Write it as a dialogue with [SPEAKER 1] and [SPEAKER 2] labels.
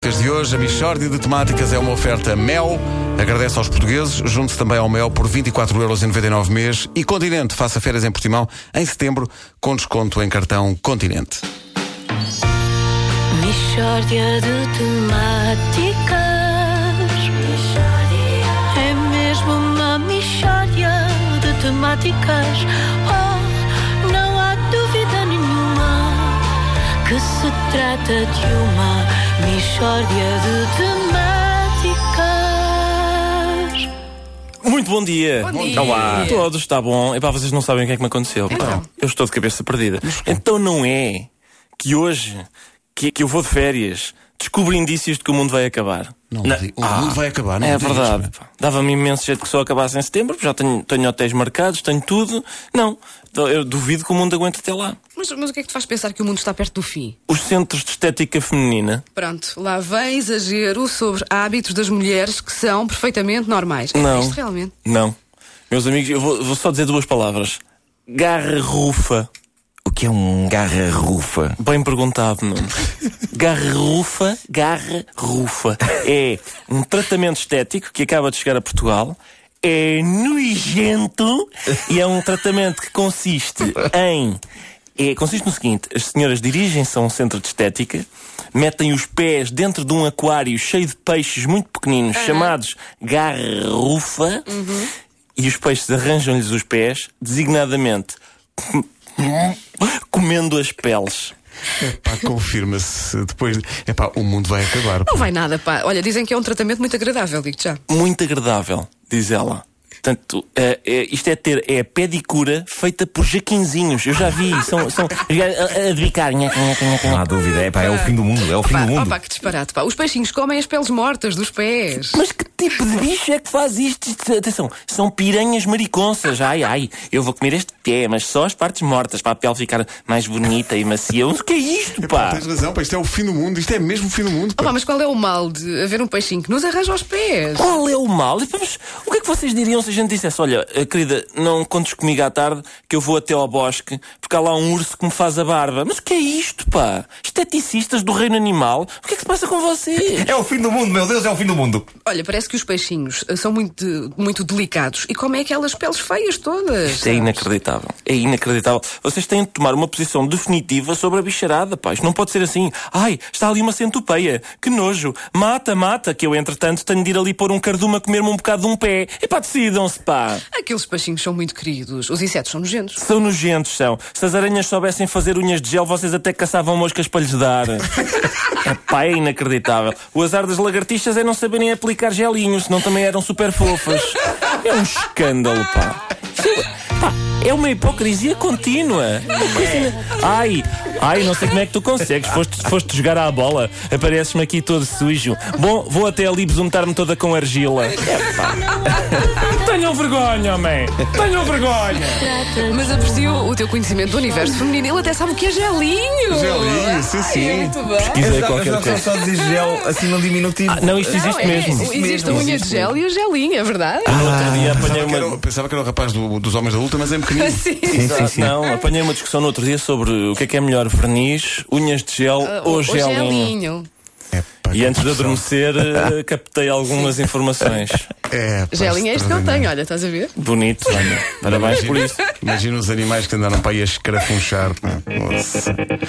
[SPEAKER 1] temas de hoje, a Michórdia de Temáticas é uma oferta Mel. Agradece aos portugueses, junte-se também ao Mel por 24,99€ mês e Continente, faça férias em Portimão em setembro com desconto em cartão Continente.
[SPEAKER 2] Mishória de temáticas. É mesmo uma mishória de temáticas. Oh, não há dúvida nenhuma que se trata de uma mishória de temáticas.
[SPEAKER 3] Muito bom dia.
[SPEAKER 4] Bom dia.
[SPEAKER 3] Olá. Todos, está bom. Epá, vocês não sabem o que é que me aconteceu.
[SPEAKER 1] Então.
[SPEAKER 3] Pá, eu estou de cabeça perdida. Então não é que hoje, que, que eu vou de férias, descubro indícios de que o mundo vai acabar.
[SPEAKER 1] Não, mas o mundo vai acabar, não
[SPEAKER 3] É
[SPEAKER 1] me digas,
[SPEAKER 3] verdade. pá. Dava-me imenso jeito que só acabasse em setembro, já tenho, tenho hotéis marcados, tenho tudo. Não, eu duvido que o mundo aguente até lá.
[SPEAKER 4] Mas, mas o que é que te faz pensar que o mundo está perto do fim?
[SPEAKER 3] Os centros de estética feminina
[SPEAKER 4] Pronto, lá vem exagero sobre hábitos das mulheres que são perfeitamente normais. É
[SPEAKER 3] Não.
[SPEAKER 4] isto realmente.
[SPEAKER 3] Não. Meus amigos, eu vou, vou só dizer duas palavras. Garrufa.
[SPEAKER 5] O que é um garra-rufa?
[SPEAKER 3] Bem perguntado, Nuno. Garrufa, garrufa. É um tratamento estético que acaba de chegar a Portugal. É nojento e é um tratamento que consiste em. é, consiste no seguinte: as senhoras dirigem-se a um centro de estética, metem os pés dentro de um aquário cheio de peixes muito pequeninos, chamados garrufa, e os peixes arranjam-lhes os pés, designadamente comendo as peles.
[SPEAKER 1] Pá, confirma-se depois. É pá, o mundo vai acabar.
[SPEAKER 4] Não vai nada, pá. Olha, dizem que é um tratamento muito agradável, digo já.
[SPEAKER 3] Muito agradável, diz ela. Portanto, eh, eh, isto é ter é pedicura feita por jaquinzinhos. Eu já vi, são, são a, a debicar. Nha, nha, nha,
[SPEAKER 5] Não
[SPEAKER 3] nha.
[SPEAKER 5] há dúvida, é pá, é o fim do mundo, é o fim
[SPEAKER 4] Pá,
[SPEAKER 5] do mundo.
[SPEAKER 4] opa, que disparate, pá. Os peixinhos comem as peles mortas dos pés.
[SPEAKER 3] Mas que tipo de bicho é que faz isto? Isto- Atenção, são piranhas mariconças. Ai, ai, eu vou comer este pé, mas só as partes mortas, para a pele ficar mais bonita e macia. O que é isto,
[SPEAKER 1] Pá,
[SPEAKER 3] pá?
[SPEAKER 1] tens razão, pá, isto é o fim do mundo, isto é mesmo o fim do mundo. pá.
[SPEAKER 4] Opa, mas qual é o mal de haver um peixinho que nos arranja aos pés?
[SPEAKER 3] Qual é o mal? E vamos- o que é que vocês diriam se a gente dissesse: Olha, eh, querida, não contes comigo à tarde que eu vou até ao bosque porque há lá um urso que me faz a barba. Mas o que é isto, pá? Esteticistas do reino animal? O que é que se passa com vocês?
[SPEAKER 5] É o fim do mundo, meu Deus, é o fim do mundo.
[SPEAKER 4] Olha, parece que os peixinhos eh, são muito, de- muito delicados e comem aquelas peles feias todas.
[SPEAKER 3] Isto é
[SPEAKER 4] sabes?
[SPEAKER 3] inacreditável. É inacreditável. Vocês têm de tomar uma posição definitiva sobre a bicharada, pá. Isto não pode ser assim. Ai, está ali uma centopeia. Que nojo. Mata, mata, que eu, entretanto, tenho de ir ali pôr um cardume a comer-me um bocado de um pé. Epá, decidam-se, pá.
[SPEAKER 4] Aqueles peixinhos são muito queridos. Os insetos são nojentos.
[SPEAKER 3] São nojentos, são. Se as aranhas soubessem fazer unhas de gel, vocês até caçavam moscas para lhes dar. Epá, é inacreditável. O azar das lagartixas é não saberem aplicar gelinhos, senão também eram super fofas. É um escândalo, pá. Isto é- pá, É uma hipocrisia contínua. Uma coisa- Ai, ai, não sei como é que tu consegues. Foste, foste jogar à bola, apareces-me aqui todo sujo. Bom, vou até ali besuntar-me toda com argila. Epá. Tenham vergonha, homem! Tenham vergonha!
[SPEAKER 4] Mas aprecio o teu conhecimento do universo feminino. Ele até sabe o que é gelinho.
[SPEAKER 1] Gelinho, sim, sim.
[SPEAKER 4] É muito bem.
[SPEAKER 3] Pesquisei qualquer coisa.
[SPEAKER 5] só dizer gel assim num diminutivo.
[SPEAKER 3] Ah, não, isto
[SPEAKER 4] Não,
[SPEAKER 3] existe
[SPEAKER 4] é,
[SPEAKER 3] mesmo.
[SPEAKER 4] Existe a unha de gel e o gelinho, é verdade?
[SPEAKER 3] Outro dia Ah, apanhei
[SPEAKER 1] Pensava que, era,
[SPEAKER 3] uma.
[SPEAKER 1] o- pensava que era o rapaz do- dos homens da luta, mas é pequenino.
[SPEAKER 4] Sim.
[SPEAKER 3] Não, apanhei uma discussão no outro dia sobre o que é que é melhor, verniz, unhas de gel ou
[SPEAKER 4] Ah, o
[SPEAKER 3] gelinho.
[SPEAKER 4] gelinho.
[SPEAKER 1] É, pá,
[SPEAKER 3] E antes de
[SPEAKER 1] confusão.
[SPEAKER 3] adormecer, eh, captei algumas informações.
[SPEAKER 1] É, pá,
[SPEAKER 4] Gelinho é este que eu
[SPEAKER 1] extraordinário.
[SPEAKER 4] tenho, olha, estás a ver?
[SPEAKER 3] Bonito, olha. Parabéns por isso.
[SPEAKER 1] Imagina os animais que andaram para aí a escrafunchar. pá. Nossa.